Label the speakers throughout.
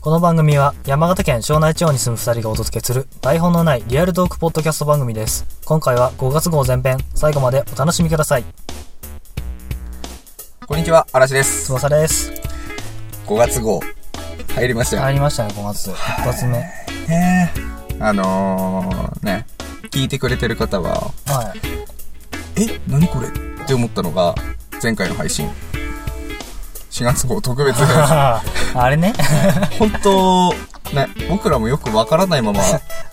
Speaker 1: この番組は山形県庄内地方に住む二人がお届けする台本のないリアルトークポッドキャスト番組です。今回は5月号前編、最後までお楽しみください。
Speaker 2: こんにちは、嵐です。
Speaker 1: 翼です。
Speaker 2: 5月号、入りましたよ。
Speaker 1: 入りましたね、5月。一発目。はい。
Speaker 2: ねえあのー、ね、聞いてくれてる方は、え、何これって思ったのが、前回の配信。4月号特別編。
Speaker 1: あれね
Speaker 2: 本当、ね、僕らもよくわからないま ま、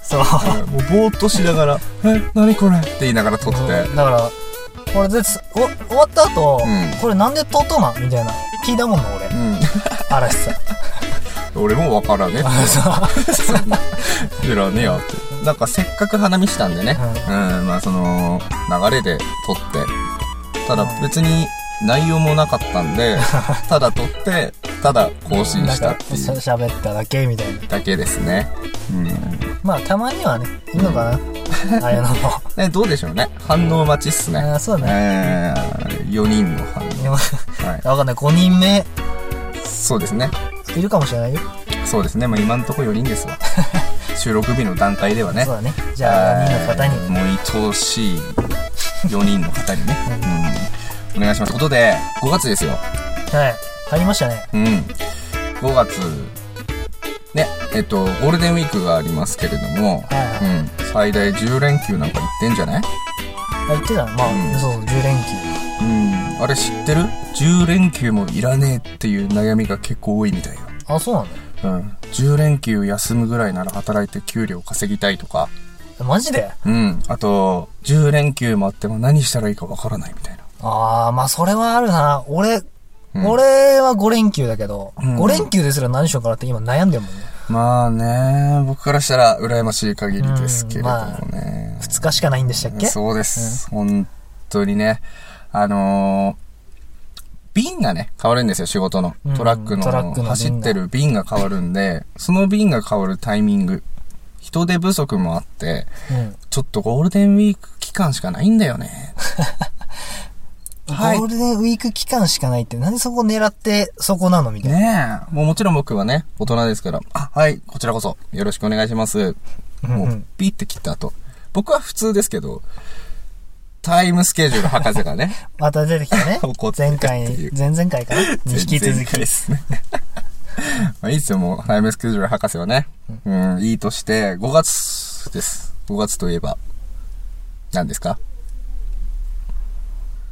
Speaker 1: そう。
Speaker 2: うんもうぼーっとしながら、え、何これって言いながら撮って
Speaker 1: うん、だから、これです、お終わった後、
Speaker 2: うん
Speaker 1: これなんでトトマンみたいな。聞いたもんな、俺。嵐 さん。
Speaker 2: うん、俺もわからねえって。そんな 知らねえよって。なんかせっかく花見したんでね、うん、まあその、流れで撮って、ただ別に内容もなかったんで、ただ撮って、ただ更新
Speaker 1: なん
Speaker 2: した
Speaker 1: か、
Speaker 2: ってい
Speaker 1: しゃ
Speaker 2: う
Speaker 1: 喋っただけみたいな。
Speaker 2: だけですね。うん。
Speaker 1: まあ、たまにはね、いいのかな。ああいうのも。
Speaker 2: ね、どうでしょうね。反応待ちっす ね。
Speaker 1: あそうだね。
Speaker 2: えー、4人の反応。
Speaker 1: でも
Speaker 2: はい。
Speaker 1: わかんない、5人目
Speaker 2: そうですね。
Speaker 1: いるかもしれないよ。
Speaker 2: そうですね。まあ今んとこ4人ですわ。収録日の段階ではね
Speaker 1: そう。だね。じゃあ、4人の方に。
Speaker 2: えーもう愛おしい4人の方にね、うん、お願いしますということで5月ですよ
Speaker 1: はい。入りましたね。
Speaker 2: うん5月ねえっとゴールデンウィークがありますけれども、
Speaker 1: はい
Speaker 2: うん、最大10連休なんか行ってんじゃな
Speaker 1: あ
Speaker 2: い
Speaker 1: 言ってたのまあ、
Speaker 2: うん
Speaker 1: そうそう、10連休。
Speaker 2: うんあれ知ってる ?10 連休もいらねえっていう悩みが結構多いみたいよ
Speaker 1: あ、そうなんだ
Speaker 2: うん、10連休休むぐらいなら働いて給料稼ぎたいとか、
Speaker 1: え。マジで
Speaker 2: うん、あと、10連休もあっても何したらいいかわからないみたいな。
Speaker 1: あー、まあ、それはあるな。俺、
Speaker 2: うん
Speaker 1: 俺は5連休だけど、
Speaker 2: うん
Speaker 1: 5連休ですら何しようかなって今悩んでるもんね。
Speaker 2: まあね、僕からしたら羨ましい限りですけれどもね。
Speaker 1: 2日しかないんでしたっけ
Speaker 2: そうです、本当にね。あのー瓶がね、変わるんですよ、仕事の
Speaker 1: うん。
Speaker 2: トラックの
Speaker 1: トラックの瓶が
Speaker 2: 走ってる瓶が変わるんで、その瓶が変わるタイミング、人手不足もあって、
Speaker 1: うん。
Speaker 2: ちょっとゴールデンウィーク期間しかないんだよね。はい
Speaker 1: ゴールデンウィーク期間しかないって、なんでそこ狙ってそこなのみたいな。
Speaker 2: ねえ。もうもちろん僕はね、大人ですから、あ、はい、こちらこそ、よろしくお願いします。も
Speaker 1: うんう、
Speaker 2: うんピッて切った後。僕は普通ですけど、タイムスケジュール博士がね、
Speaker 1: また出てきたね
Speaker 2: 怒っ。てる
Speaker 1: 前
Speaker 2: って
Speaker 1: 回
Speaker 2: い、う
Speaker 1: 前々回かなに引き続
Speaker 2: 前々
Speaker 1: き
Speaker 2: 回。ですね。 まあいいっすよ、もう、タイムスケジュール博士はね。うん、いいとして、5月です。5月といえば、何ですか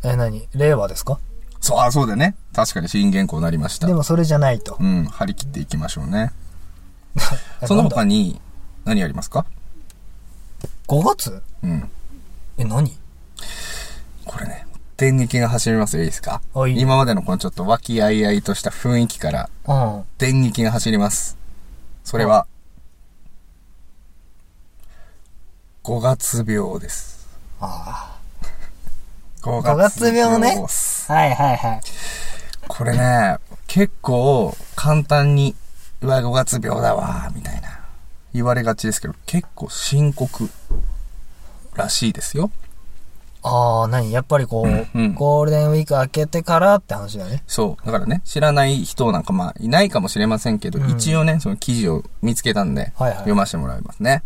Speaker 1: え、何令和ですか
Speaker 2: そう、あ、そうだね。確かに新原稿になりました
Speaker 1: で。もそれじゃないと
Speaker 2: う。ん、張り切っていきましょうね。
Speaker 1: え
Speaker 2: その
Speaker 1: なんだ
Speaker 2: 他に、何やりますか
Speaker 1: ?5 月
Speaker 2: うん。
Speaker 1: え、何
Speaker 2: これね、電撃が走りますよ、いいですか
Speaker 1: あいいよ
Speaker 2: 今までのこのちょっと和気あいあいとした雰囲気から、
Speaker 1: うん。
Speaker 2: 電撃が走ります。それは、5月病です。
Speaker 1: あ
Speaker 2: 5
Speaker 1: 5月病ね
Speaker 2: っす
Speaker 1: あ。はいはいはい。
Speaker 2: これね、結構簡単に、うわ、5月病だわ、みたいな、言われがちですけど、結構深刻らしいですよ。
Speaker 1: ああ、何やっぱりこう、
Speaker 2: うんうん
Speaker 1: ゴールデンウィーク明けてからって話だね。
Speaker 2: そう。だからね、知らない人なんかまあいないかもしれませんけど、
Speaker 1: うん
Speaker 2: 一応ね、その記事を見つけたんで、
Speaker 1: はいはい
Speaker 2: 読ませてもらいますね。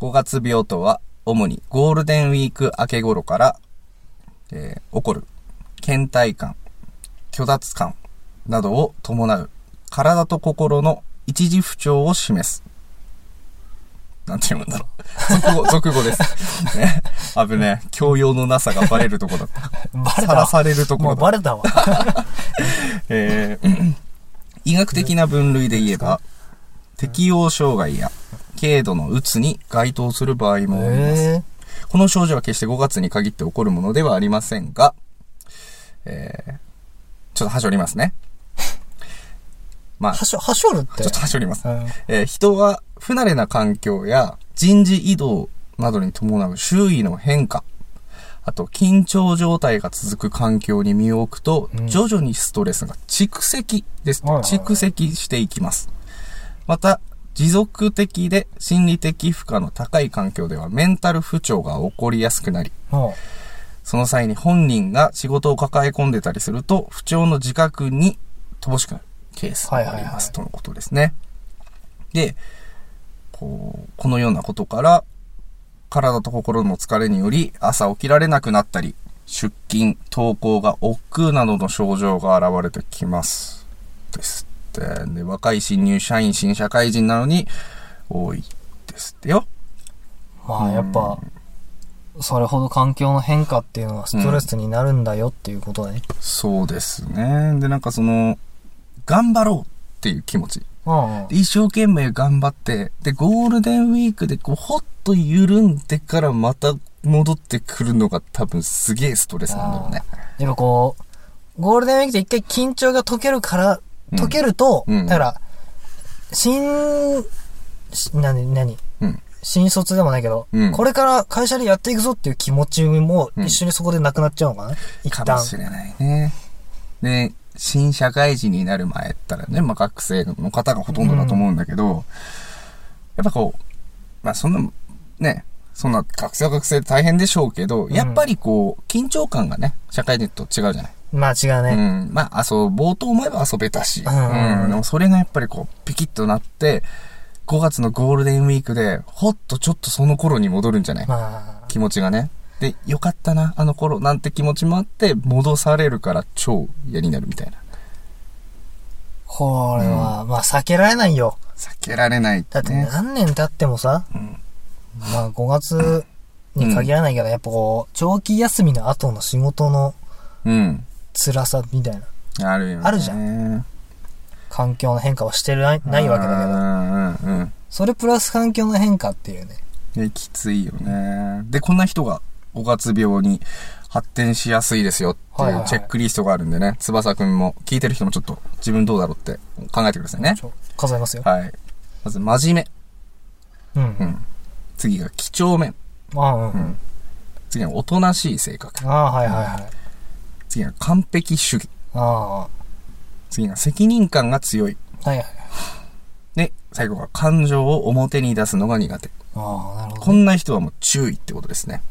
Speaker 2: 5月病とは、主にゴールデンウィーク明け頃から、えー起こる、倦怠感、虚脱感などを伴う、体と心の一時不調を示す。なんて読むんだろう。俗語、俗語です。ね。危ね え。教養のなさがバレるとこだった。
Speaker 1: バレ
Speaker 2: さ
Speaker 1: た
Speaker 2: ら
Speaker 1: わ。
Speaker 2: されるとこ
Speaker 1: も
Speaker 2: ろ
Speaker 1: う
Speaker 2: だ
Speaker 1: バレた わ。
Speaker 2: えー医学的な分類で言えば、適応障害や軽度のうつに該当する場合もあります。
Speaker 1: え
Speaker 2: この症状は決して5月に限って起こるものではありませんが、えー、ちょっと端折りますね。まあ、
Speaker 1: ー。は
Speaker 2: ち
Speaker 1: しょ、はしょるって。
Speaker 2: ょっと端折ります。
Speaker 1: うん。
Speaker 2: えー人は不慣れな環境や人事異動などに伴う周囲の変化、あと緊張状態が続く環境に身を置くと、
Speaker 1: うん
Speaker 2: 徐々にストレスが蓄積です、
Speaker 1: はいはいはい
Speaker 2: 蓄積していきます。また、持続的で心理的負荷の高い環境ではメンタル不調が起こりやすくなり、
Speaker 1: も
Speaker 2: その際に本人が仕事を抱え込んでたりすると、不調の自覚に乏しくなるケースがあります、とのことですね。で、こう、このようなことから、体と心の疲れにより朝起きられなくなったり、出勤、登校が億劫などの症状が現れてきます。ですって。で、若い新入社員、新社会人なのに多いですってよ。
Speaker 1: まあやっぱ、それほど環境の変化っていうのはストレスになるんだよっていうことだね。
Speaker 2: そうですね。で、なんかその、頑張ろうっていう気持ち。
Speaker 1: うん。うん
Speaker 2: で一生懸命頑張って、で、ゴールデンウィークでこう、ほっと緩んでからまた戻ってくるのが多分すげえストレスなんだろうね。
Speaker 1: やっぱこう、ゴールデンウィークで一回緊張が解けるから、
Speaker 2: うん
Speaker 1: 解けると、
Speaker 2: うん
Speaker 1: だから、新、し何、何
Speaker 2: うん。
Speaker 1: 新卒でもないけど、
Speaker 2: うん
Speaker 1: これから会社でやっていくぞっていう気持ちも
Speaker 2: うん
Speaker 1: 一緒にそこでなくなっちゃうのかな、一
Speaker 2: かも
Speaker 1: 旦。
Speaker 2: しれないね。で、新社会人になる前ったらね、まあ、学生の方がほとんどだと思うんだけど、やっぱこう、まあ、そんな、ね、そんな学生は学生で大変でしょうけど、やっぱりこう、緊張感がね、社会人と違うじゃない。
Speaker 1: まあ違うね。
Speaker 2: うん。まあ、遊ぼうと思えば遊べたし。
Speaker 1: うんうんうん
Speaker 2: でもそれがやっぱりこう、ピキッとなって、5月のゴールデンウィークで、ほっとちょっとその頃に戻るんじゃない
Speaker 1: まあ、
Speaker 2: 気持ちがね。で、よかったな、あの頃、なんて気持ちもあって、戻されるから超嫌になるみたいな。
Speaker 1: これは、まあ避けられないよ。
Speaker 2: 避けられない
Speaker 1: だって
Speaker 2: ね。
Speaker 1: 何年経ってもさ、
Speaker 2: ん
Speaker 1: まあ5月に限らないけど、やっぱこう、長期休みの後の仕事の
Speaker 2: うん。
Speaker 1: 辛さみたいな、
Speaker 2: あるよね。
Speaker 1: あるじゃ
Speaker 2: ん。
Speaker 1: 環境の変化はしてないないわけだけど、
Speaker 2: けど。うんうんうん。
Speaker 1: それプラス環境の変化っていうね。
Speaker 2: で、きついよね。で、こんな人が5月病に発展しやすいですよって
Speaker 1: はいはい
Speaker 2: い
Speaker 1: は
Speaker 2: う
Speaker 1: い
Speaker 2: チェックリストがあるんでね、翼くんも、聞いてる人もちょっと自分どうだろうって考えてくださいね
Speaker 1: ち。ょ数えますよ。
Speaker 2: はい。まず、真面目。
Speaker 1: うん。
Speaker 2: うん次が、几帳面。
Speaker 1: ああ、うん。
Speaker 2: ん次が、おとなしい性格。
Speaker 1: ああ、はいはいはい。
Speaker 2: 次が、完璧主義。
Speaker 1: あ
Speaker 2: 次が、責任感が強い。
Speaker 1: あ、はいはい。
Speaker 2: で、最後が、感情を表に出すのが苦手。
Speaker 1: ああ、なるほ
Speaker 2: こ
Speaker 1: ど。
Speaker 2: んな人はもう注意ってことですね。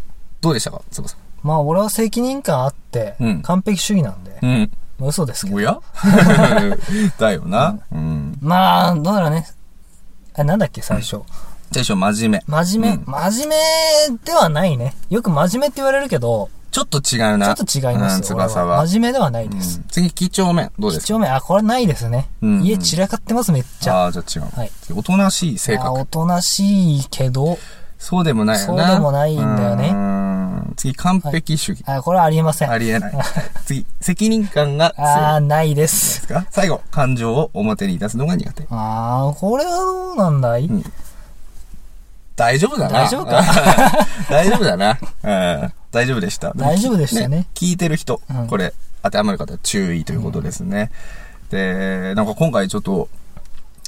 Speaker 2: どうでしたか翼
Speaker 1: まあ俺は責任感あって
Speaker 2: うん、
Speaker 1: 完璧主義なんで、
Speaker 2: うん。
Speaker 1: まあ嘘ですけど。
Speaker 2: おやだよな。うん。
Speaker 1: まあ、どうだろうね。あ、なんだっけ、最初。
Speaker 2: 最初、真面目。
Speaker 1: 真面目、
Speaker 2: うん
Speaker 1: 真面目ではないね。よく真面目って言われるけど、
Speaker 2: ちょっと違う
Speaker 1: ちょ
Speaker 2: な。
Speaker 1: っと違いますよ。
Speaker 2: うん、翼
Speaker 1: 俺
Speaker 2: は。
Speaker 1: 真面目ではないです。
Speaker 2: うん次、几帳面。どうです
Speaker 1: 一丁目、あ、これないですね。
Speaker 2: うんうん
Speaker 1: 家散らかってます、めっちゃ。
Speaker 2: かああー、じゃあ違う。
Speaker 1: はい
Speaker 2: 次おとなしい性
Speaker 1: あお
Speaker 2: 格。
Speaker 1: となしいけど、
Speaker 2: そうでもないよな。
Speaker 1: そうでもないんだよね
Speaker 2: ね。次、完璧主義。
Speaker 1: あ、これはありえません。
Speaker 2: ありえない。次、責任感が強い。
Speaker 1: あー、ないで。
Speaker 2: ですすか最後、感情を表に出すのが苦手。
Speaker 1: あー、これはどうなんだい、
Speaker 2: ん大丈夫だな。
Speaker 1: 大丈夫か
Speaker 2: 大丈夫だな。うん。大丈夫でした。も
Speaker 1: 大丈夫でしたね
Speaker 2: 聞いてる人、
Speaker 1: うん
Speaker 2: これ、当てはまる方は注意ということですね。で、なんか今回ちょっと、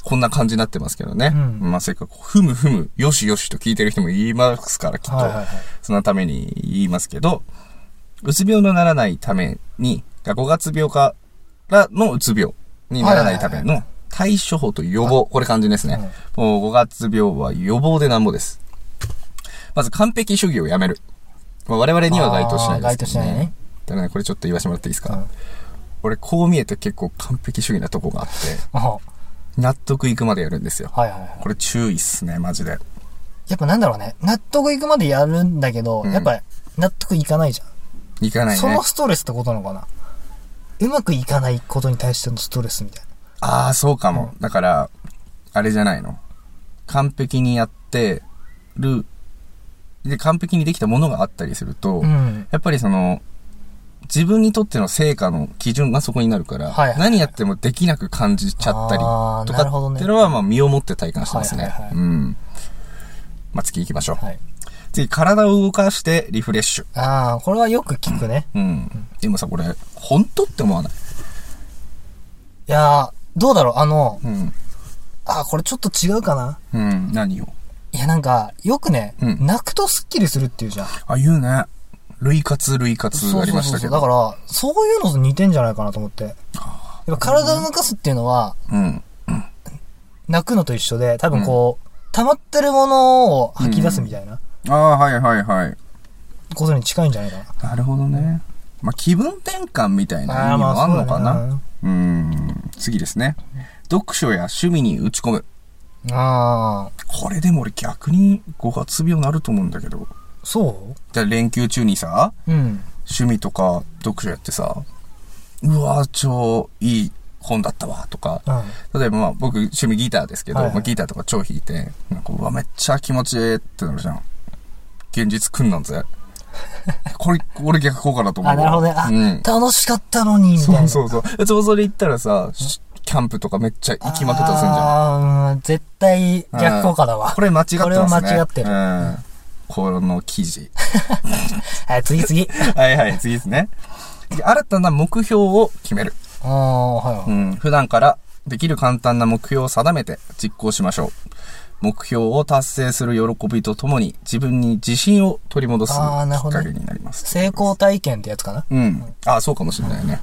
Speaker 2: こんな感じになってますけどね。
Speaker 1: うん
Speaker 2: まあ、せっかく、ふむふむ、よしよしと聞いてる人も言いますから、きっと。
Speaker 1: はいはいはい
Speaker 2: そのために言いますけど、うつ病のならないために、5月病からのうつ病にならないための対処法と予防。これ肝心ですね。もう5月病は予防でなんぼです。まず完璧主義をやめる。まあ我々には該当し
Speaker 1: あ
Speaker 2: ないです、
Speaker 1: ー該当しないね。
Speaker 2: ただね、これちょっと言わせてもらっていいですか、
Speaker 1: うん
Speaker 2: 俺こう見えて結構完璧主義なとこがあって、
Speaker 1: あは
Speaker 2: 納得いくまでやるんですよ。
Speaker 1: いはいはい。
Speaker 2: これ注意っすね、マジで。
Speaker 1: やっぱなんだろうね。納得いくまでやるんだけど、
Speaker 2: うん
Speaker 1: やっぱ納得いかないじゃん。
Speaker 2: いかないね。
Speaker 1: そのストレスってことなのかなうまくいかないことに対してのストレスみたい
Speaker 2: ああ、そうかも。だから、あれじゃないの。完璧にやってる、で、完璧にできたものがあったりすると、
Speaker 1: な。うん。
Speaker 2: やっぱりその、自分にとっての成果の基準がそこになるから、
Speaker 1: はいはい
Speaker 2: 何やってもできなく感じちゃったり
Speaker 1: あー
Speaker 2: と
Speaker 1: なるほど
Speaker 2: か
Speaker 1: ね
Speaker 2: っていうのは、まあ、身をもって体感してますね。
Speaker 1: はいはいはい
Speaker 2: うん。まあ、次行きましょう。
Speaker 1: はい。
Speaker 2: 次、体を動かしてリフレッシュ。
Speaker 1: ああ、これはよく聞くね。
Speaker 2: うん。でもさ、これ、本当って思わない。
Speaker 1: いやー、どうだろうあの、
Speaker 2: うん。
Speaker 1: あー、これちょっと違うかな
Speaker 2: うん。何を
Speaker 1: いや、なんか、よくね、
Speaker 2: うん
Speaker 1: 泣くとスッキリするっていうじゃん。
Speaker 2: あ、言うね。類活、類活ありましたけ
Speaker 1: だか
Speaker 2: ど。
Speaker 1: ら、そういうのと似てんじゃないかなと思って。やっぱ体を動かすっていうのは、
Speaker 2: うん。
Speaker 1: 泣くのと一緒で、多分こう、溜まってるものを吐き出すみたいな
Speaker 2: ああ、はいはいはい。
Speaker 1: ことに近いんじゃないかな。
Speaker 2: なるほどね。まあ、気分転換みたいな意味もあんのかな。
Speaker 1: あーまあそうだね
Speaker 2: うん。次ですね。読書や趣味に打ち込む。
Speaker 1: ああ、
Speaker 2: これでも俺逆に5月病なると思うんだけど。
Speaker 1: そ
Speaker 2: じゃあ連休中にさ、
Speaker 1: ううん。
Speaker 2: 趣味とか読書やってさ、うわー超いい本だったわとか、
Speaker 1: うん。
Speaker 2: 例えばまあ僕趣味ギターですけど、
Speaker 1: はいはい
Speaker 2: まあ、ギターとか超弾いて、なんかうわめっちゃ気持ちいいってなるじゃん。現実くんな んぜ。これ、俺逆効果だと思うわ。
Speaker 1: あ、なるほどね。あ、
Speaker 2: うん。
Speaker 1: 楽しかったのに、みたい
Speaker 2: そ
Speaker 1: な。
Speaker 2: うそうそう。え、ちょうどそれ行ったらさ、しキャンプとかめっちゃ行きまくったりするんじゃん。
Speaker 1: あーうん絶対逆効果だわ
Speaker 2: こ。れ間違ってます
Speaker 1: こ
Speaker 2: ね。
Speaker 1: れは間違ってる
Speaker 2: うん。この記事。
Speaker 1: はい、次次。
Speaker 2: はいはい、次ですね。次新たな目標を決める。
Speaker 1: ああ、はいは
Speaker 2: う
Speaker 1: い。
Speaker 2: ん、普段からできる簡単な目標を定めて実行しましょう。目標を達成する喜びとともに自分に自信を取り戻すきっ
Speaker 1: あーなるほど
Speaker 2: か
Speaker 1: ね
Speaker 2: けになります。
Speaker 1: 成功体験ってやつかな
Speaker 2: うん。あ、そうかもしれないね。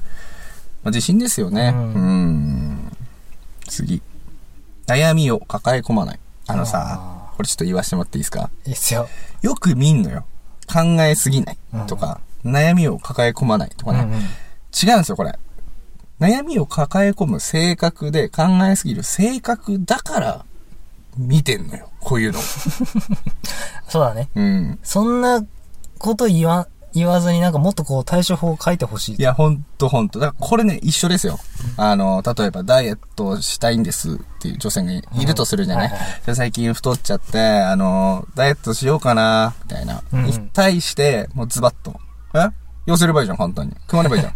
Speaker 2: まあ、自信ですよね。
Speaker 1: う
Speaker 2: うんん。次。悩みを抱え込まない。あのさ、これちょっと言わせてもらっていいですか
Speaker 1: いいっすよ。
Speaker 2: よく見んのよ。考えすぎないとか、悩みを抱え込まないとか
Speaker 1: うん
Speaker 2: ね。
Speaker 1: うん。
Speaker 2: 違うんですよ、これ。悩みを抱え込む性格で考えすぎる性格だから見てんのよ、こういうの。
Speaker 1: そうだね。
Speaker 2: うん。
Speaker 1: そんなこと言わ、言わずになんかもっとこう対処法を書いてほしい。
Speaker 2: いや、ほんとほんと。だからこれね、一緒ですよ。あの、例えばダイエットをしたいんですっていう女性がいるとするじゃない、
Speaker 1: うんはいはい
Speaker 2: で最近太っちゃって、あの、ダイエットしようかな、みたいな。
Speaker 1: うん
Speaker 2: に対して、もうズバッと。え寄せればいいじゃん、簡単に。組まればい いじゃん。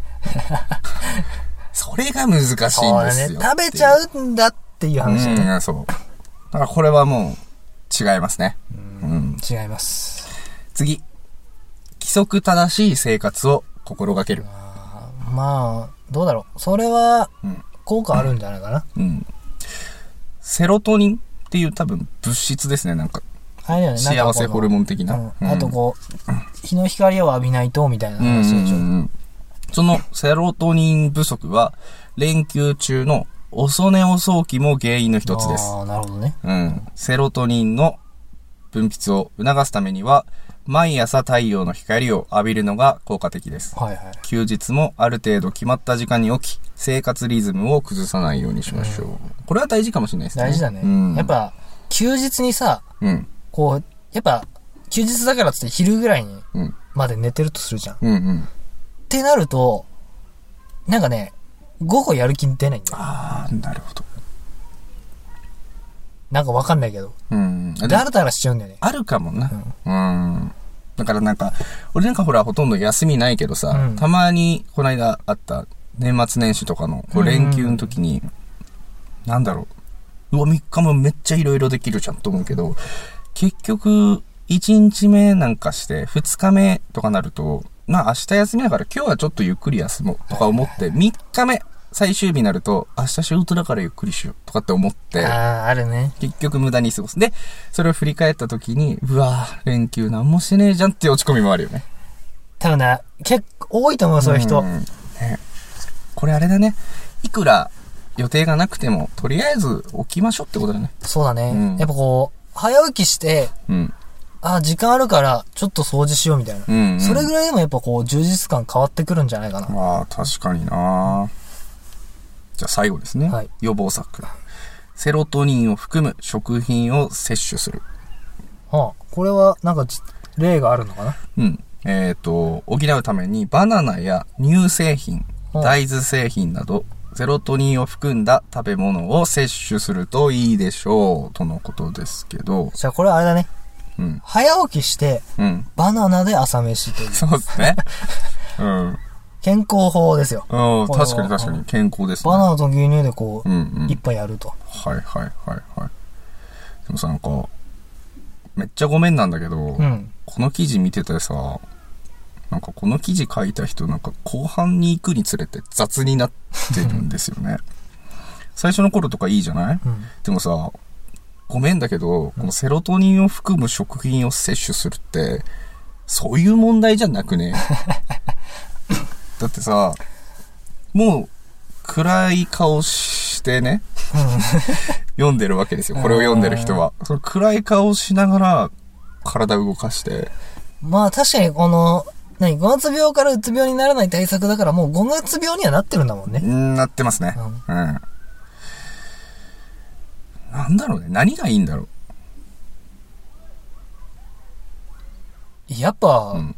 Speaker 2: それが難しいんです
Speaker 1: そう
Speaker 2: よ
Speaker 1: だ。ね。食べち
Speaker 2: う
Speaker 1: ゃうんだっていう話だね。
Speaker 2: うん、そう。だからこれはもう、違いますね。うん。
Speaker 1: 違います。
Speaker 2: 次。規則正しい生活を心がける。
Speaker 1: あまあ、どうだろう。それは
Speaker 2: うん、
Speaker 1: 効果あるんじゃないかな。
Speaker 2: うん。セロトニンっていう多分物質ですね、なんか。
Speaker 1: あれだよね。なんかこ
Speaker 2: 幸
Speaker 1: の
Speaker 2: せホルモン的な。
Speaker 1: うん。あとこう、日の光を浴びないと、みたいな
Speaker 2: うん、うん
Speaker 1: 話でし
Speaker 2: う
Speaker 1: ょ。
Speaker 2: んうんそのセロトニン不足は、連休中の遅寝遅起きも原因の一つです。
Speaker 1: ああ、なるほどね。
Speaker 2: うん。セロトニンの分泌を促すためには、毎朝太陽の光を浴びるのが効果的です。
Speaker 1: はいはい。
Speaker 2: 休日もある程度決まった時間に起き、生活リズムを崩さないようにしましょう。これは大事かもしれないですね。
Speaker 1: 大事だね。
Speaker 2: うん、
Speaker 1: やっ、ぱ、休日にさ、
Speaker 2: うん、
Speaker 1: こう、やっぱ、休日だからっつって昼ぐらいに
Speaker 2: うん、
Speaker 1: まで寝てるとするじゃん。っ
Speaker 2: うん、うん。
Speaker 1: てなると、なんかね、午後やる気出ないんだよ。
Speaker 2: ああ、なるほど。
Speaker 1: なんかわかんないけど。
Speaker 2: うん。あで
Speaker 1: だ
Speaker 2: も
Speaker 1: らだらしちゃうんだよね。
Speaker 2: あるかもな。うん。だからなんか、俺なんかほら、ほとんど休みないけどさ、
Speaker 1: うん
Speaker 2: たまに、この間あった、年末年始とかの、こう
Speaker 1: うんうん
Speaker 2: 連休の時に、なんだろう。うわ、3日もめっちゃいろいろできるじゃんと思うけど、結局、1日目なんかして、2日目とかなると、まあ明日休みだから今日はちょっとゆっくり休もうとか思って、3日目、最終日になると、明日仕事だからゆっくりしようとかって思って、
Speaker 1: ああ、あるね。
Speaker 2: 結局無駄に過ごす。で、それを振り返った時に、うわぁ、連休なんもしねえじゃんっていう落ち込みもあるよね。
Speaker 1: 多分な、結構多いと思う、そういう人。
Speaker 2: んねこれあれだね。いくら予定がなくても、とりあえず起きましょうってことだね。
Speaker 1: そうだね。
Speaker 2: うん
Speaker 1: やっぱこう、早起きして、
Speaker 2: うん。
Speaker 1: あー時間あるから、ちょっと掃除しようみたいな。
Speaker 2: うん、
Speaker 1: それぐらいでもやっぱこう、充実感変わってくるんじゃないかな。
Speaker 2: まあ、確かになじゃあ最後ですね。
Speaker 1: はい
Speaker 2: 予防策。セロトニンを含む食品を摂取する。
Speaker 1: はあ、これは、なんかじ、例があるのかな
Speaker 2: うん。えっ、と、補うためにバナナや乳製品、
Speaker 1: うん
Speaker 2: 大豆製品など、セロトニンを含んだ食べ物を摂取するといいでしょう、とのことですけど。
Speaker 1: じゃあこれはあれだね。
Speaker 2: うん。
Speaker 1: 早起きして、
Speaker 2: うん。
Speaker 1: バナナで朝飯という。
Speaker 2: そうで すね。うん。
Speaker 1: 健康法ですよ。
Speaker 2: うん
Speaker 1: この
Speaker 2: 確かに確かに健康ですね。
Speaker 1: バナナと牛乳でこう、
Speaker 2: うんうん。
Speaker 1: 一杯やると。
Speaker 2: はいはいはいはい。でもさ、なんか、めっちゃごめんなんだけど、
Speaker 1: うん。
Speaker 2: この記事見ててさ、なんかこの記事書いた人なんか後半に行くにつれて雑になってるんですよね。最初の頃とかいいじゃない
Speaker 1: うん。
Speaker 2: でもさ、ごめんだけど、このセロトニンを含む食品を摂取するって、そういう問題じゃなくね。だってさ、もう暗い顔してね、読んでるわけですよ。これを読んでる人は。その暗い顔しながら体動かして、
Speaker 1: まあ確かにこの、何、5月病からうつ病にならない対策だからもう5月病にはなってるんだもんね。
Speaker 2: うんなってますね。うん。なんだろうね。何がいいんだろう。
Speaker 1: やっぱ、
Speaker 2: うん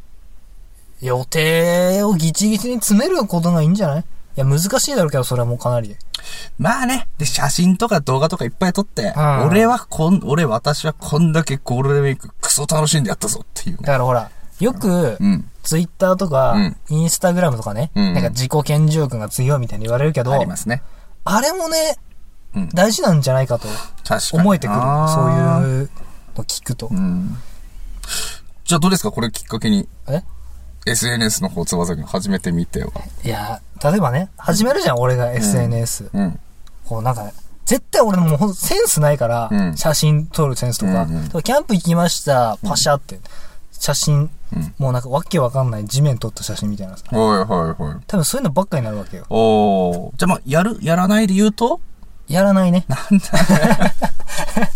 Speaker 1: 予定をギチギチに詰めることがいいんじゃないいや、難しいだろうけど、それはもうかなり。
Speaker 2: まあね。で、写真とか動画とかいっぱい撮って、
Speaker 1: うん
Speaker 2: 俺はこん、俺、私はこんだけゴールデンウィーククソ楽しんでやったぞっていう
Speaker 1: だ
Speaker 2: ね。
Speaker 1: からほら、よく
Speaker 2: う、ん。
Speaker 1: ツイッターとか
Speaker 2: うん、
Speaker 1: インスタグラムとかね、
Speaker 2: うん
Speaker 1: なんか自己顕示欲が強いみたいに言われるけど、
Speaker 2: ありますね。
Speaker 1: あれもね、
Speaker 2: うん
Speaker 1: 大事なんじゃないかと
Speaker 2: 確かに。
Speaker 1: 思えてくる。そう
Speaker 2: う。
Speaker 1: いうの聞くと
Speaker 2: う。ん。じゃあどうですかこれきっかけに
Speaker 1: え
Speaker 2: SNS の方つばさき始めてみてよ。
Speaker 1: いや、例えばね、始めるじゃん、俺が SNS。
Speaker 2: うん。
Speaker 1: こうなんか、絶対俺もうほんとセンスないから、
Speaker 2: うん
Speaker 1: 写真撮るセンスとか、
Speaker 2: うんうん
Speaker 1: とかキャンプ行きました、パシャって、写真、
Speaker 2: うん
Speaker 1: もうなんかわけわかんない地面撮った写真みたいなさ。
Speaker 2: はいはいはい。
Speaker 1: 多分そういうのばっかになるわけよ。
Speaker 2: おー。じゃあまあ、やる、やらないで言うと
Speaker 1: やらないね。
Speaker 2: なんだ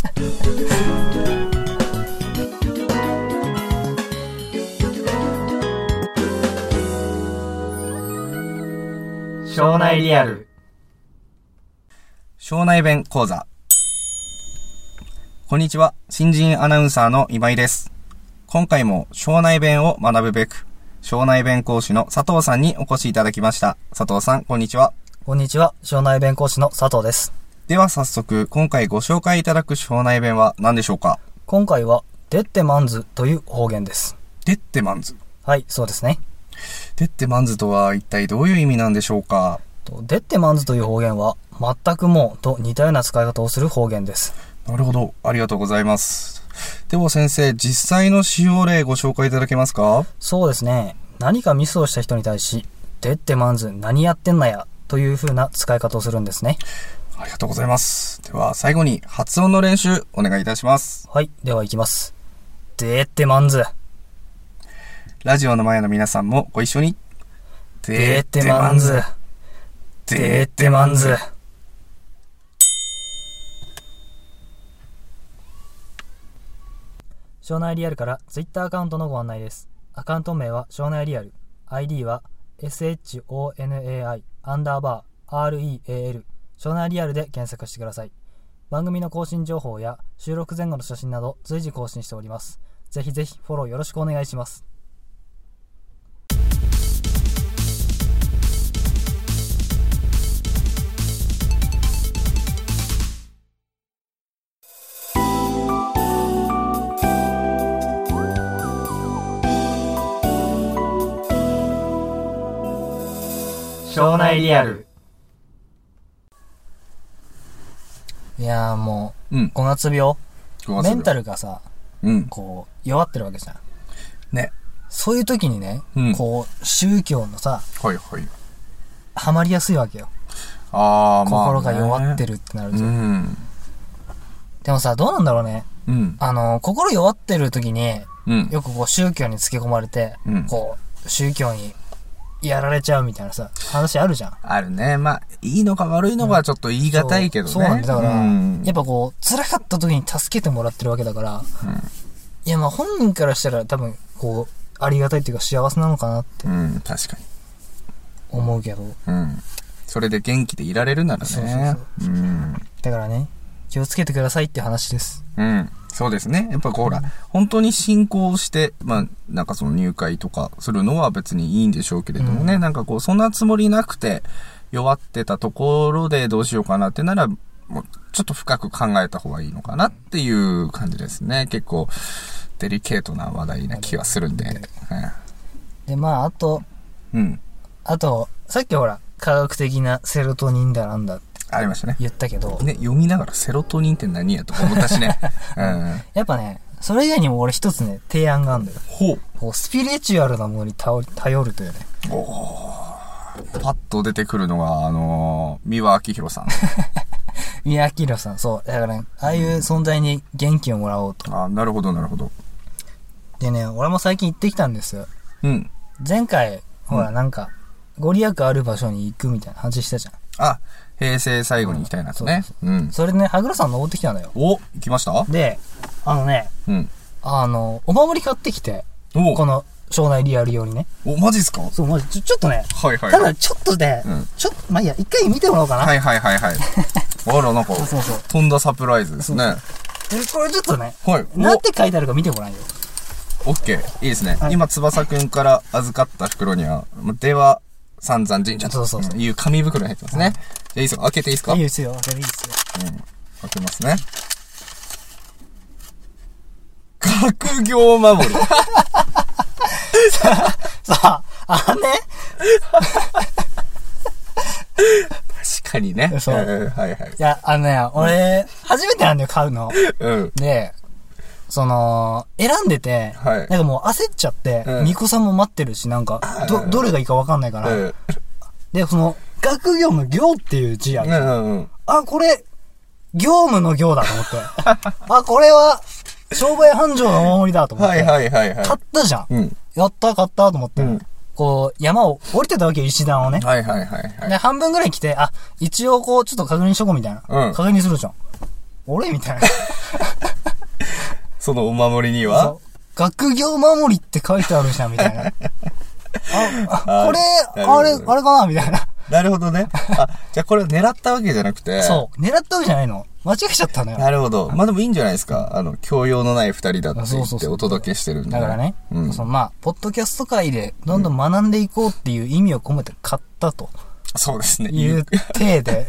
Speaker 1: 庄内リアル。
Speaker 2: 省内弁講座。こんにちは。新人アナウンサーの今井です。今回も省内弁を学ぶべく、省内弁講師の佐藤さんにお越しいただきました。佐藤さん、こんにちは。
Speaker 1: こんにちは、庄内弁講師の佐藤です。
Speaker 2: では早速、今回ご紹介いただく省内弁は何でしょうか
Speaker 1: 今回は、デッテマンズという方言です。
Speaker 2: デッテマンズ。
Speaker 1: はい、そうですね。
Speaker 2: デッテマンズとは一体どういう意味なんでしょうか
Speaker 1: とデッテマンズという方言は、全くもうと似たような使い方をする方言です。
Speaker 2: なるほど。ありがとうございます。では先生、実際の使用例ご紹介いただけますか
Speaker 1: そうですね。何かミスをした人に対し、でってまんず何やってんなや、という風な使い方をするんですね。
Speaker 2: ありがとうございます。では最後に発音の練習お願いいたします。
Speaker 1: はい、では行きます。でってまんず。
Speaker 2: ラジオの前の皆さんもご一緒に。
Speaker 1: でってまんず。でってまんず。庄内リアルから Twitter アカウントのご案内です。アカウント名は庄内リアル。ID は shonai アンダーバー real 庄内リアルで検索してください。番組の更新情報や収録前後の写真など随時更新しております。ぜひぜひフォローよろしくお願いします。
Speaker 2: 庄内リアル。
Speaker 1: いやーも
Speaker 2: うん
Speaker 1: う、。5月病メンタ
Speaker 2: ル。
Speaker 1: ルがさ、
Speaker 2: うん。
Speaker 1: こう、弱ってるわけじゃん。
Speaker 2: ね。
Speaker 1: そういう時にね、
Speaker 2: うん
Speaker 1: こう、宗教のさ、
Speaker 2: はいはい。
Speaker 1: ハマりやすいわけよ。
Speaker 2: あー、まあ、
Speaker 1: 心が弱って
Speaker 2: る。
Speaker 1: るってなると。
Speaker 2: うん。
Speaker 1: でもさ、どうなんだろうね。
Speaker 2: うん。
Speaker 1: あの、心弱ってる時に、
Speaker 2: うん。
Speaker 1: よくこう、宗教につけ込まれて、
Speaker 2: うん
Speaker 1: こう、宗教にやられちゃうみたいなさ、話あるじゃん。
Speaker 2: あるね。まあ、いいのか悪いのかはちょっと言い難いけどね。
Speaker 1: そうそうなんだ。だから、
Speaker 2: うん
Speaker 1: やっぱこう、辛かった時に助けてもらってるわけだから、いや、まあ本人からしたら多分、こう、ありがたいっていうか幸せなのかなって
Speaker 2: うん、確かに。
Speaker 1: 思うけど、
Speaker 2: うん。それで元気でいられるならね。
Speaker 1: そうそう
Speaker 2: うん。
Speaker 1: だからね、気をつけてくださいって話です。
Speaker 2: うん。そうですね。やっぱこうほら、本当に進行して、まあ、なんかその入会とかするのは別にいいんでしょうけれどもね、なんかこう、そんなつもりなくて、弱ってたところでどうしようかなってなら、もう、ちょっと深く考えた方がいいのかなっていう感じですね。結構、デリケートな話題な気がするんで。
Speaker 1: で、まあ、あと、
Speaker 2: うん。うん
Speaker 1: あと、さっきほら、科学的なセロトニンだなんだって
Speaker 2: ありましたね。
Speaker 1: 言ったけど、
Speaker 2: ね、読みながらセロトニンって何やとか思ったし ね。うん。
Speaker 1: やっぱね、それ以外にも俺一つね、提案があるんだよ。
Speaker 2: ほう。
Speaker 1: こう、スピリチュアルなものに頼頼るというね。
Speaker 2: パッと出てくるのが、あのー、三輪明宏さん。
Speaker 1: 宮城さん、そう。だからね、ああいう存在に元気をもらおうと。
Speaker 2: あーなるほど、なるほど。
Speaker 1: でね、俺も最近行ってきたんですよ。
Speaker 2: うん。
Speaker 1: 前回、ほら、なんか、ご利益ある場所に行くみたいな話したじゃん。
Speaker 2: あ、平成最後に行きたいなとね。うん。
Speaker 1: それでね、羽黒さん登ってきたんだよ。
Speaker 2: お、行きました
Speaker 1: で、あのね、
Speaker 2: うん。
Speaker 1: あの、お守り買ってきて、
Speaker 2: お
Speaker 1: この、庄内リアルよりね。
Speaker 2: お、マジっすかはい
Speaker 1: そう、まじ、ちょちょっとね、
Speaker 2: はいはい。
Speaker 1: ただちょっとね、
Speaker 2: うん
Speaker 1: ちょっと、まあ、いいや、一回見てもらおうかな。
Speaker 2: はいはいはい はい。あら、なんか、
Speaker 1: そうそうそう。
Speaker 2: 飛んだサプライズですね。はい。
Speaker 1: でこれちょっとね、
Speaker 2: お
Speaker 1: なんて書いてあるか見てもらえよ。
Speaker 2: オッケー。いいですね。
Speaker 1: はい
Speaker 2: 今、翼くんから預かった袋には、では、散々神社
Speaker 1: そ
Speaker 2: と
Speaker 1: うそうそう
Speaker 2: いう紙袋に入ってますね。じゃあいいですか開けていいですか
Speaker 1: いいですよ、それいいですよ。
Speaker 2: 開けますね。 学業守る。
Speaker 1: さあ、あのね、
Speaker 2: 確かにね。
Speaker 1: そうん
Speaker 2: はいはい。
Speaker 1: いや、あのね、俺、初めてなんだよ、買うの。
Speaker 2: うん。
Speaker 1: で、その、選んでて、
Speaker 2: はい
Speaker 1: なんかもう焦っちゃって、
Speaker 2: うん
Speaker 1: 巫女さんも待ってるし、なんか、ど、どれがいいかわかんないから、
Speaker 2: うん。
Speaker 1: で、その、学業の業っていう字や、
Speaker 2: うんうんうん。
Speaker 1: あ、これ、業務の業だと思 って。あ、これは、商売繁盛のお守りだと思って。
Speaker 2: はいはいはいはい。
Speaker 1: 買ったじゃん。
Speaker 2: うん。
Speaker 1: やった、買ったと思って。
Speaker 2: うん
Speaker 1: こう、山を降りてたわけよ、石段をね。
Speaker 2: はいはいはい
Speaker 1: で、半分ぐらい来て、あ、一応こう、ちょっと確認しとこうみたいな。
Speaker 2: うん
Speaker 1: 確認するじゃん。俺みたいな。
Speaker 2: そのお守りには
Speaker 1: そう学業守りって書いてあるじゃん、みたいな。あ、あ
Speaker 2: あ
Speaker 1: これ、
Speaker 2: なるほ
Speaker 1: あれ、あ
Speaker 2: ど
Speaker 1: れかなみたいな。
Speaker 2: なるほどね。あ、じゃあこれを狙ったわけじゃなくて。
Speaker 1: そう。狙ったわけじゃないの。間違えちゃったのよ。
Speaker 2: なるほど。まあでもいいんじゃないですか。あの、教養のない二人だって
Speaker 1: そ
Speaker 2: 言
Speaker 1: うそうそ
Speaker 2: って
Speaker 1: う
Speaker 2: お届けしてるんで。
Speaker 1: だからね、
Speaker 2: うん。
Speaker 1: そのまあ、ポッドキャスト界でどんどん学んでいこうっていう意味を込めて買ったと
Speaker 2: そうですね。
Speaker 1: いう体で、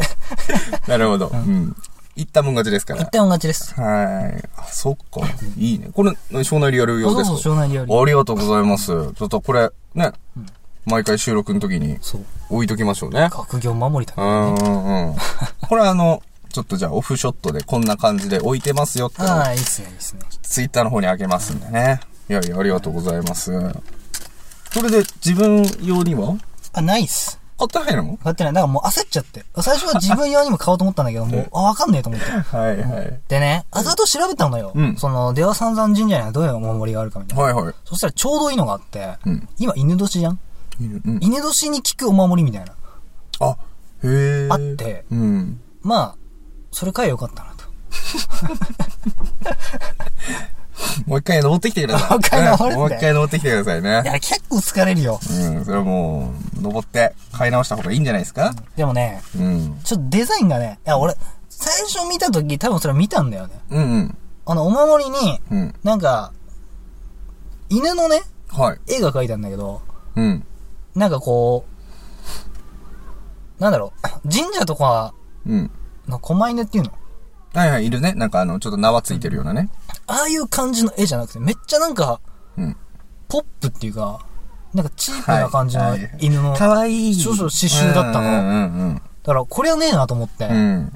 Speaker 2: なるほど。うん。言ったもん勝ちですから
Speaker 1: 一。点お勝ちです。
Speaker 2: はい。あ、そっか。いいね。これ、庄内リアル用
Speaker 1: そ
Speaker 2: で
Speaker 1: う
Speaker 2: す
Speaker 1: そ
Speaker 2: か
Speaker 1: う、庄内料理。
Speaker 2: ありがとうございます。ちょっとこれ、ね、毎回収録の時に
Speaker 1: そう。
Speaker 2: 置いときましょうね。
Speaker 1: 学業守りだ
Speaker 2: う。んうんうん。これあの、ちょっとじゃあオフショットでこんな感じで置いてますよってのを
Speaker 1: ああ、いいっすね、いいっすね。
Speaker 2: ツイッターの方にあげますんでね。いやいや、ありがとうございます。それで自分用には
Speaker 1: あ、ないっす。
Speaker 2: 買ってないの
Speaker 1: 買ってない。だからもう焦っちゃって。最初は自分用にも買おうと思ったんだけど、もう、あ、わかんねえと思って。
Speaker 2: はいはい。
Speaker 1: でね、あざと調べたのよ。
Speaker 2: うん
Speaker 1: その、出羽三山神社にはどういうお守りがあるかみたいな。
Speaker 2: はいはい。
Speaker 1: そしたらちょうどいいのがあって、
Speaker 2: うん
Speaker 1: 今犬年じゃん
Speaker 2: 犬うん。
Speaker 1: 犬年に効くお守りみたいな。
Speaker 2: あ、へえ。
Speaker 1: あって。
Speaker 2: うん。
Speaker 1: まあ、それかえよかったなと。
Speaker 2: もう一回登ってきてください。
Speaker 1: もう一回登るんだよ
Speaker 2: ねもう一回登ってきてください
Speaker 1: い
Speaker 2: ね。
Speaker 1: や、結構疲れるよ。
Speaker 2: うん、それはもう、登って買い直した方がいいんじゃないですか
Speaker 1: でもね、
Speaker 2: うん。
Speaker 1: ちょっとデザインがね、いや、俺、最初見た時多分それ見たんだよね。
Speaker 2: うんうん。
Speaker 1: あの、お守りに、
Speaker 2: うん。
Speaker 1: なんか、犬のね、
Speaker 2: はい。
Speaker 1: 絵が描いたんだけど、
Speaker 2: うん。
Speaker 1: なんかこう、なんだろう、神社とか
Speaker 2: うん。
Speaker 1: の狛犬っていうの
Speaker 2: はいはい、いるね。なんかあの、ちょっと縄ついてるようなね。
Speaker 1: ああいう感じの絵じゃなくて、めっちゃなんか、
Speaker 2: うん。
Speaker 1: ポップっていうか、なんかチープな感じの犬の。
Speaker 2: かわいい。
Speaker 1: そうそう刺繍だったの
Speaker 2: うんうん
Speaker 1: だから、これはねえなと思って、
Speaker 2: うんう
Speaker 1: っ
Speaker 2: ん。うん。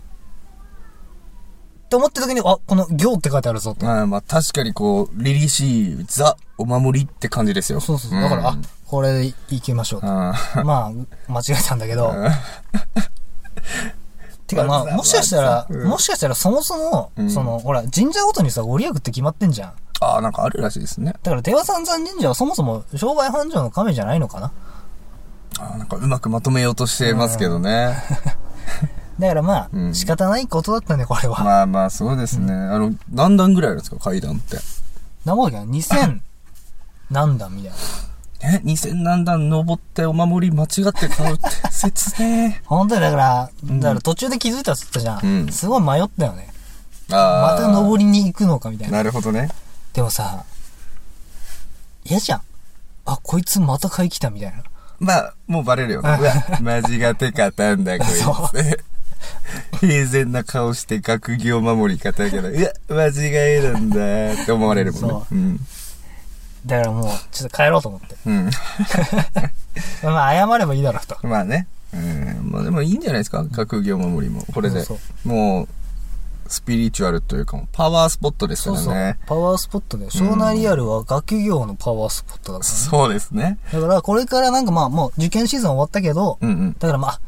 Speaker 1: て思った時に、あ、この行って書いてあるぞと。
Speaker 2: まあまあ確かにこう、凛々しい、ザ、お守りって感じですよ。
Speaker 1: そうそうそう。だから、あ
Speaker 2: ん、
Speaker 1: これで行きましょうと。
Speaker 2: あー
Speaker 1: まあ、間違えたんだけど。 てかま
Speaker 2: わざわ
Speaker 1: あ、
Speaker 2: ざ
Speaker 1: もしかしたら、
Speaker 2: うん
Speaker 1: もしかしたらそもそも、その、ほら、神社ごとにさ、ご利益って決まってんじゃん。
Speaker 2: あー、なんかあるらしいですね。
Speaker 1: だから、出羽三山神社はそもそも商売繁盛の神じゃないのかな。
Speaker 2: あーなんかうまくまとめようとしてますけどね。
Speaker 1: だからま
Speaker 2: う
Speaker 1: あ、
Speaker 2: ん
Speaker 1: 仕方ないことだったね、これは。
Speaker 2: まあまあ、そうですね。あの、何段ぐらいあるんですか、階段って。
Speaker 1: なもんだけど、2000、何段みたいな。
Speaker 2: え、2000何段登ってお守り間違って買うって、切ね
Speaker 1: 本当にだから、だから途中で気づいたっつったじゃん。
Speaker 2: うん
Speaker 1: すごい迷ったよね。
Speaker 2: え。
Speaker 1: ま
Speaker 2: ああ。
Speaker 1: た登りに行くのかみたいな。
Speaker 2: なるほどね。
Speaker 1: でもさ、嫌じゃん。あ、こいつまた買い来たみたいな。
Speaker 2: まあ、もうバレるよね。うわ、マジが手かたんだ、こいつ。平然な顔して学業守り方やけど、いや、間違いなんだって思われるもんね。。
Speaker 1: そう
Speaker 2: ん。
Speaker 1: だからもう、ちょっと帰ろうと思って。
Speaker 2: うん。
Speaker 1: まあ、謝ればいいだろうと。
Speaker 2: まあね。うん。まあでもいいんじゃないですか、学業守りも。これで。
Speaker 1: そう
Speaker 2: もう、スピリチュアルというか、パワースポットです
Speaker 1: そ
Speaker 2: か
Speaker 1: う
Speaker 2: ら
Speaker 1: そう。
Speaker 2: ね。
Speaker 1: パワースポットで、湘南リアルは学業のパワースポットだから、ね
Speaker 2: そうですね。
Speaker 1: だから、これからなんかまあ、もう受験シーズン終わったけど、
Speaker 2: うんうん。
Speaker 1: だからまあ、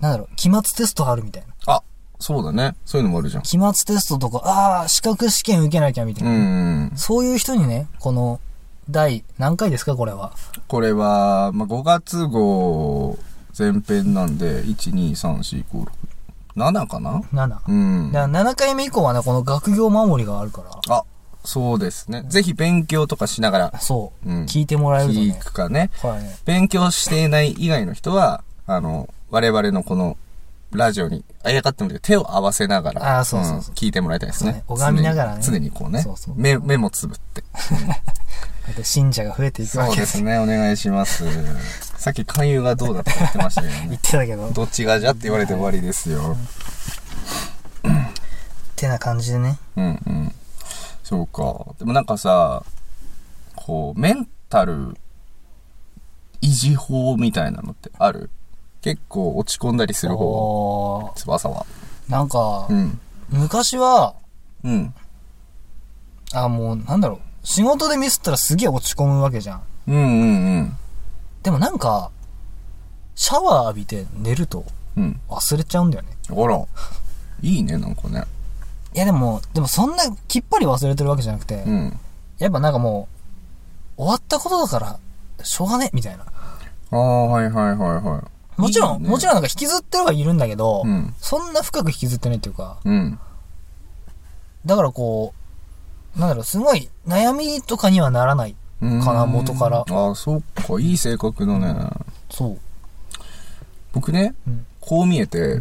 Speaker 1: なんだろう、期末テストあるみたいな。
Speaker 2: あ、そうだね。そういうのもあるじゃん。
Speaker 1: 期末テストとか、ああ、資格試験受けなきゃみたいな。
Speaker 2: うん。
Speaker 1: そういう人にね、この、第、何回ですかこれは。
Speaker 2: これは、まあ、5月号前編なんで、1、2、3、4、5、6、7かな
Speaker 1: 7。
Speaker 2: うん。
Speaker 1: だから7回目以降はね、この学業守りがあるから、
Speaker 2: あ、そうですね。ぜひ勉強とかしながら、
Speaker 1: そう、
Speaker 2: うん
Speaker 1: 聞いてもらえると
Speaker 2: 聞
Speaker 1: ね、
Speaker 2: くかね。
Speaker 1: これはね、
Speaker 2: 勉強していない以外の人は、あの、我々のこの、ラジオに、あやかってもいいけど手を合わせながら、
Speaker 1: あーそうそうそうん
Speaker 2: 聞いてもらいたいです
Speaker 1: そう
Speaker 2: ね
Speaker 1: ね。拝みながらね
Speaker 2: 常に常にこうね
Speaker 1: そうそう
Speaker 2: 目、目もつぶって。
Speaker 1: こうやって信者が増えていくわ
Speaker 2: そう
Speaker 1: け
Speaker 2: で
Speaker 1: です。
Speaker 2: すね、お願いします。さっき勧誘がどうだって言ってましたけど
Speaker 1: 言
Speaker 2: ね
Speaker 1: っ。てたけど、っ
Speaker 2: どっちがじゃって言われて終わりですよ。
Speaker 1: てな感じでね。
Speaker 2: うんうん。そうか。でもなんかさ、こう、メンタル維持法みたいなのってある結構落ち込んだりする方
Speaker 1: お
Speaker 2: 翼は。
Speaker 1: ーなんか
Speaker 2: う、ん。
Speaker 1: 昔は、
Speaker 2: うん。
Speaker 1: あ、もう、なんだろう、仕事でミスったらすげえ落ち込むわけじゃん。
Speaker 2: うんうん
Speaker 1: でもなんか、シャワー浴びて寝ると
Speaker 2: うん。うん。
Speaker 1: 忘れちゃうんだよね。
Speaker 2: ほら。いいね、なんかね。
Speaker 1: いやでも、でもそんなきっぱり忘れてるわけじゃなくて、
Speaker 2: うん。
Speaker 1: やっぱなんかもう、終わったことだから、しょうがねえ、みたいな。
Speaker 2: ああ、はいはいはいは
Speaker 1: もちろん、
Speaker 2: いいね
Speaker 1: もちろんなんか引きずってはいるんだけど、
Speaker 2: い。うん。
Speaker 1: そんな深く引きずってないっていうか、
Speaker 2: うん。
Speaker 1: だからこう、なんだろう、すごい悩みとかにはならない。
Speaker 2: うーん
Speaker 1: かな元から
Speaker 2: ああ、そっか。いい性格だね。
Speaker 1: そう。
Speaker 2: 僕ね、
Speaker 1: うん。
Speaker 2: こう見えて、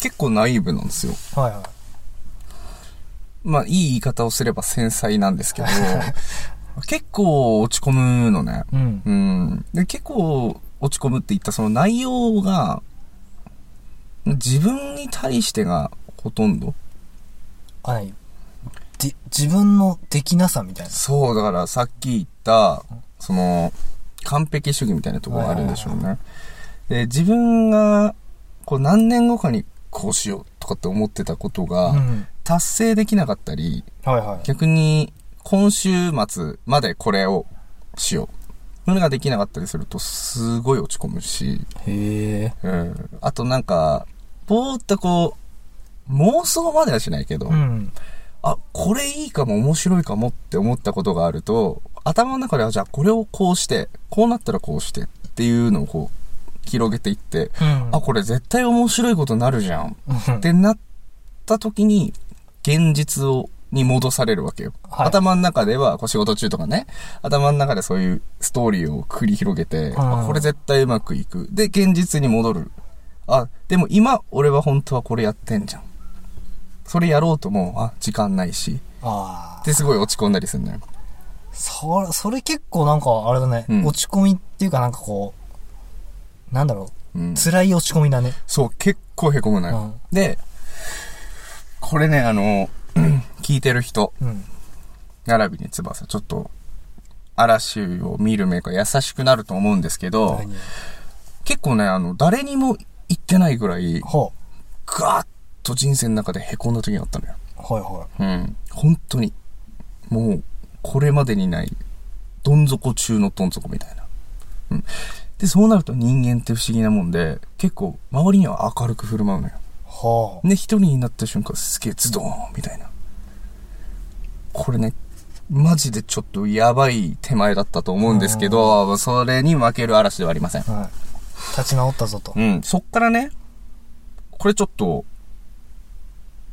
Speaker 2: 結構ナイーブなんですよ。
Speaker 1: はいはい。
Speaker 2: まあ、いい言い方をすれば繊細なんで すけど、結構落ち込むのね。
Speaker 1: うん。
Speaker 2: うん。で、結構落ち込むって言ったその内容が、自分に対してがほとんど。
Speaker 1: あ、ない。で、自分のできなさみたいな。
Speaker 2: そう、だからさっき言った、その、完璧主義みたいなところがあるんでしょうね。で、自分が、こう何年後かにこうしようとかって思ってたこと
Speaker 1: う
Speaker 2: が、
Speaker 1: ん。
Speaker 2: 達成できなかったり、
Speaker 1: はいはい。
Speaker 2: 逆に今週末までこれをしよう。そういうのができなかったりするとすごい落ち込むし、
Speaker 1: へえ。
Speaker 2: うん、あとなんか、ぼーっとこう、妄想まではしないけど、
Speaker 1: うん。
Speaker 2: あ、これいいかも面白いかもって思ったことがあると、頭の中ではじゃあこれをこうして、こうなったらこうしてっていうのをこう、広げていって、
Speaker 1: うん。
Speaker 2: あ、これ絶対面白いことになるじゃん
Speaker 1: うん
Speaker 2: ってなった時に、現実を、に戻されるわけよ。
Speaker 1: はい
Speaker 2: 頭の中では、こう仕事中とかね、頭の中でそういうストーリーを繰り広げて、
Speaker 1: ん
Speaker 2: あこれ絶対うまくいく。で、現実に戻る。あ、でも今、俺は本当はこれやってんじゃん。それやろうとも、あ、時間ないし。
Speaker 1: ああ。
Speaker 2: ってすごい落ち込んだりするのよ。
Speaker 1: それ、それ結構なんか、あれだね、
Speaker 2: うん
Speaker 1: 落ち込みっていうかなんかこう、なんだろ
Speaker 2: う
Speaker 1: う、。
Speaker 2: ん
Speaker 1: 辛い落ち込みだね。
Speaker 2: そう、結構へこむのよ。で、これね、あの、 聞いてる人、
Speaker 1: うん。うん。
Speaker 2: 並びに翼、ちょっと、嵐を見る目が優しくなると思うんですけど、
Speaker 1: 何
Speaker 2: 結構ね、あの、誰にも言ってないぐらい、
Speaker 1: ほ
Speaker 2: ガーッと人生の中で凹んだ時があったのよ。
Speaker 1: う。はいは
Speaker 2: うん。本当に。もう、これまでにない、どん底中のどん底みたいな。うん。で、そうなると人間って不思議なもんで、結構、周りには明るく振る舞うのよ。
Speaker 1: い。は
Speaker 2: で、一人になった瞬間、すげえズドーンみたいな。これね、マジでちょっとやばい手前だったと思うんですけど、それに負ける嵐ではありません。
Speaker 1: あ。はい。立ち直ったぞと。
Speaker 2: うん、そっからね、これちょっと、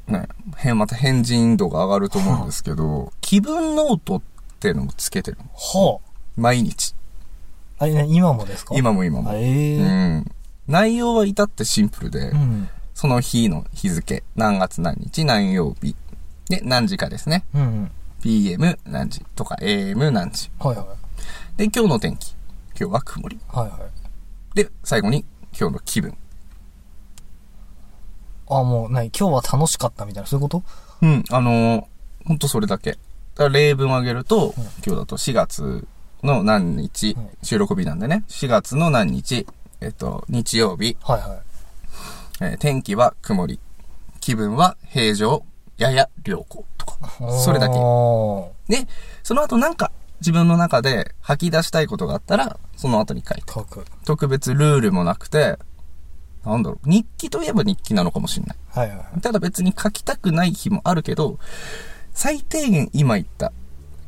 Speaker 2: ね、へまた変人度が上がると思うんですけど、気分ノートってのをつけてるの。
Speaker 1: ほう。
Speaker 2: 毎日。
Speaker 1: あれ、ね今もですか
Speaker 2: 今も今
Speaker 1: あ
Speaker 2: も。
Speaker 1: ええ
Speaker 2: う
Speaker 1: ー。
Speaker 2: ん。内容は至ってシンプルで
Speaker 1: う、ん。
Speaker 2: その日の日付、何月何日、何曜日。で、何時かですね。
Speaker 1: うんうん。
Speaker 2: PM 何時とか AM 何時。
Speaker 1: はいはい。
Speaker 2: で、今日の天気。今日は曇り。
Speaker 1: はいはい。
Speaker 2: で、最後に今日の気分。
Speaker 1: あ、もう、ない。今日は楽しかったみたいな、そういうこと
Speaker 2: うん、あのー、ほんとそれだけ。だから例文あげると、
Speaker 1: うん
Speaker 2: 今日だと4月の何日、
Speaker 1: はい
Speaker 2: 収録日なんでね、4月の何日、えっと、日曜日、
Speaker 1: はいはい。
Speaker 2: えー天気は曇り、気分は平常、やや良好とか。それだけ。
Speaker 1: お
Speaker 2: で、その後なんか自分の中で吐き出したいことがあったら、その後に書いて
Speaker 1: ー。書く。
Speaker 2: 特別ルールもなくて、なんだろう、日記といえば日記なのかもしれない。
Speaker 1: はいはい。
Speaker 2: ただ別に書きたくない日もあるけど、最低限今言った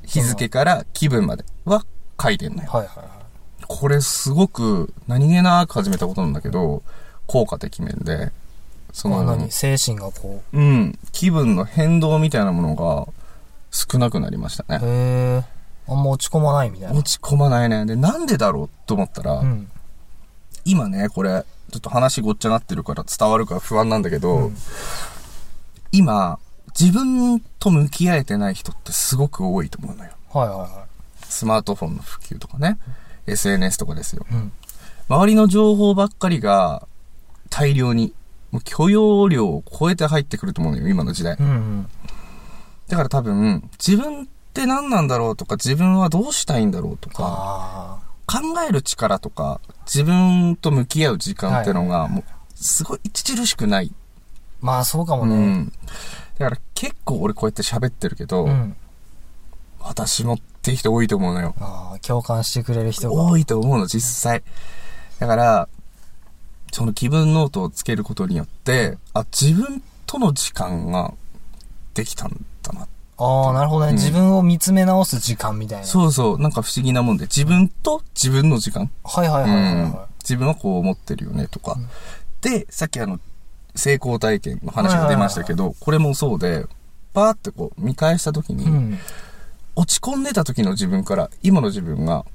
Speaker 2: 日付から気分までは書いてんのよ。
Speaker 1: はいはいは
Speaker 2: これすごく何気なく始めたことなんだけど、効果的面で、そ
Speaker 1: い。あ、
Speaker 2: の、
Speaker 1: 何精神がこ
Speaker 2: うん、気分の変動みたいなものが、す少なくなりましたね。
Speaker 1: へえ。あんま落ち込まないみたいな
Speaker 2: 落。ち込まないね。で、なんでだろうと思ったら、
Speaker 1: うん。
Speaker 2: 今ね、これ、ちょっと話ごっちゃなってるから伝わるか不安なんだけど、今、自分と向き合えてない人ってすごく多いと思うのよ。
Speaker 1: はいはいは
Speaker 2: スマートフォンの普及とかね、SNS とかですよ。
Speaker 1: い。うん。
Speaker 2: 周りの情報ばっかりが大量に、もう許容量を超えて入ってくると思うのよ、今の時代
Speaker 1: う。んうん。
Speaker 2: だから多分、自分って何なんだろうとか、自分はどうしたいんだろうとか、
Speaker 1: あ
Speaker 2: 考える力とか、自分と向き合う時間ってのが、もう、すごい著しくない。
Speaker 1: あ。まあそうかも
Speaker 2: う
Speaker 1: ね。
Speaker 2: ん。だから結構俺こうやって喋ってるけど、
Speaker 1: うん。
Speaker 2: 私もって人多いと思うのよ。
Speaker 1: ああ、共感してくれる人が。
Speaker 2: 多いと思うの、実際。だから、その気分ノートをつけることによって、あ、自分との時間ができたんだな。
Speaker 1: ああ、なるほどね、
Speaker 2: うん
Speaker 1: 自分を見つめ直す時間みたいな。
Speaker 2: そうそう、なんか不思議なもんで、自分と自分の時間。
Speaker 1: はいはいはいはいはい。
Speaker 2: うん自分はこう思ってるよねとか。で、さっきあの、成功体験の話が出ましたけど、これもそうで、パーってこう見返した時に、
Speaker 1: うん。
Speaker 2: 落ち込んでた時の自分から今の自分が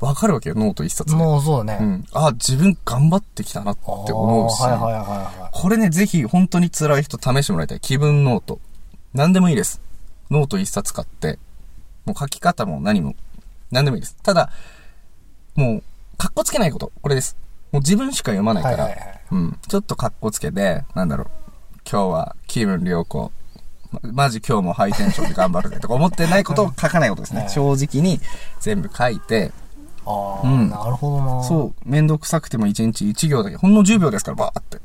Speaker 2: 分かるわけよ、ノート一冊で。
Speaker 1: もうそうだ
Speaker 2: う
Speaker 1: ね。
Speaker 2: ん。あ、自分頑張ってきたなって
Speaker 1: ああ
Speaker 2: 思うし、
Speaker 1: はいはいはいは。
Speaker 2: これね、ぜひ本当に辛い人試してもらいたい。気分ノート。何でもいいです。ノート一冊買って、もう書き方も何も、何でもいいです。ただ、もう、かっこつけないこと。これです。もう自分しか読まないいか
Speaker 1: は
Speaker 2: ら
Speaker 1: い、はいはい。
Speaker 2: うん。ちょっとかっこつけて、なんだろう。今日は気分良好。まマジ今日もハイテンションで頑張るねとか思ってないことを書かないことですね。正直に全部書いて、
Speaker 1: ああ、
Speaker 2: うん
Speaker 1: なるほどな。
Speaker 2: そう、めんどくさくても1日1行だけ、ほんの10秒ですから、バーって。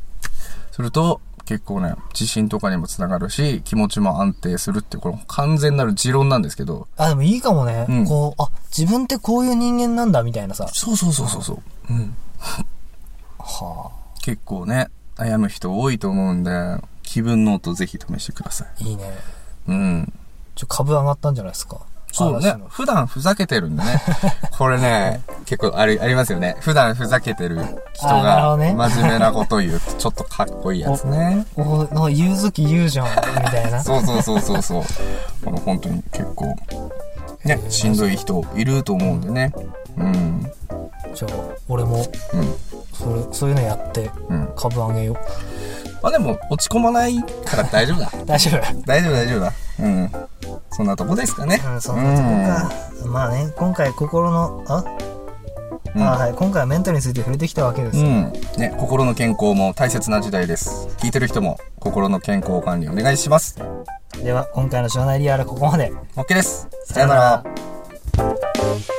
Speaker 2: すると、結構ね、自信とかにもつながるし、気持ちも安定するっていう、これ完全なる持論なんですけど。
Speaker 1: あ、でもいいかもね。
Speaker 2: うん
Speaker 1: こう、あ、自分ってこういう人間なんだ、みたいなさ。
Speaker 2: そうそうそうそうそう。うん。
Speaker 1: は
Speaker 2: 結構ね、悩む人多いと思うんで、気分ノートぜひ試してください。
Speaker 1: あ、いいね。
Speaker 2: うん。
Speaker 1: ちょ、株上がったんじゃないですか。
Speaker 2: そうね
Speaker 1: 嵐。の
Speaker 2: 普段ふざけてるんで ね。これね、結構あり、ありますよね。普段ふざけてる人
Speaker 1: あーなるほ
Speaker 2: が、
Speaker 1: どね
Speaker 2: 真面目なこと言うと、ちょっとかっこいいやつね。
Speaker 1: お、なんか言う時言うじゃん、みたいな。
Speaker 2: そうそうそうそうそう。あの、本当に結構、ね、しんどい人いると思うんでね。うん。
Speaker 1: じゃあ、俺も、
Speaker 2: うん。
Speaker 1: それ、そういうのやって、
Speaker 2: うん。
Speaker 1: 株上げよう。
Speaker 2: まあでも、落ち込まないから大丈夫だ。
Speaker 1: 大丈夫
Speaker 2: 大丈夫大丈夫だ。うん。そんなとこですかね。
Speaker 1: うん、そんなとこか。まあね、今回心の、あ、
Speaker 2: うん
Speaker 1: あはい、今回はメンタルについて触れてきたわけです
Speaker 2: う
Speaker 1: よ。
Speaker 2: ん。ね、心の健康も大切な時代です。聞いてる人も心の健康管理お願いします。
Speaker 1: では、今回の庄内リアルはここまで。
Speaker 2: OK です。さよなら。
Speaker 1: さよなら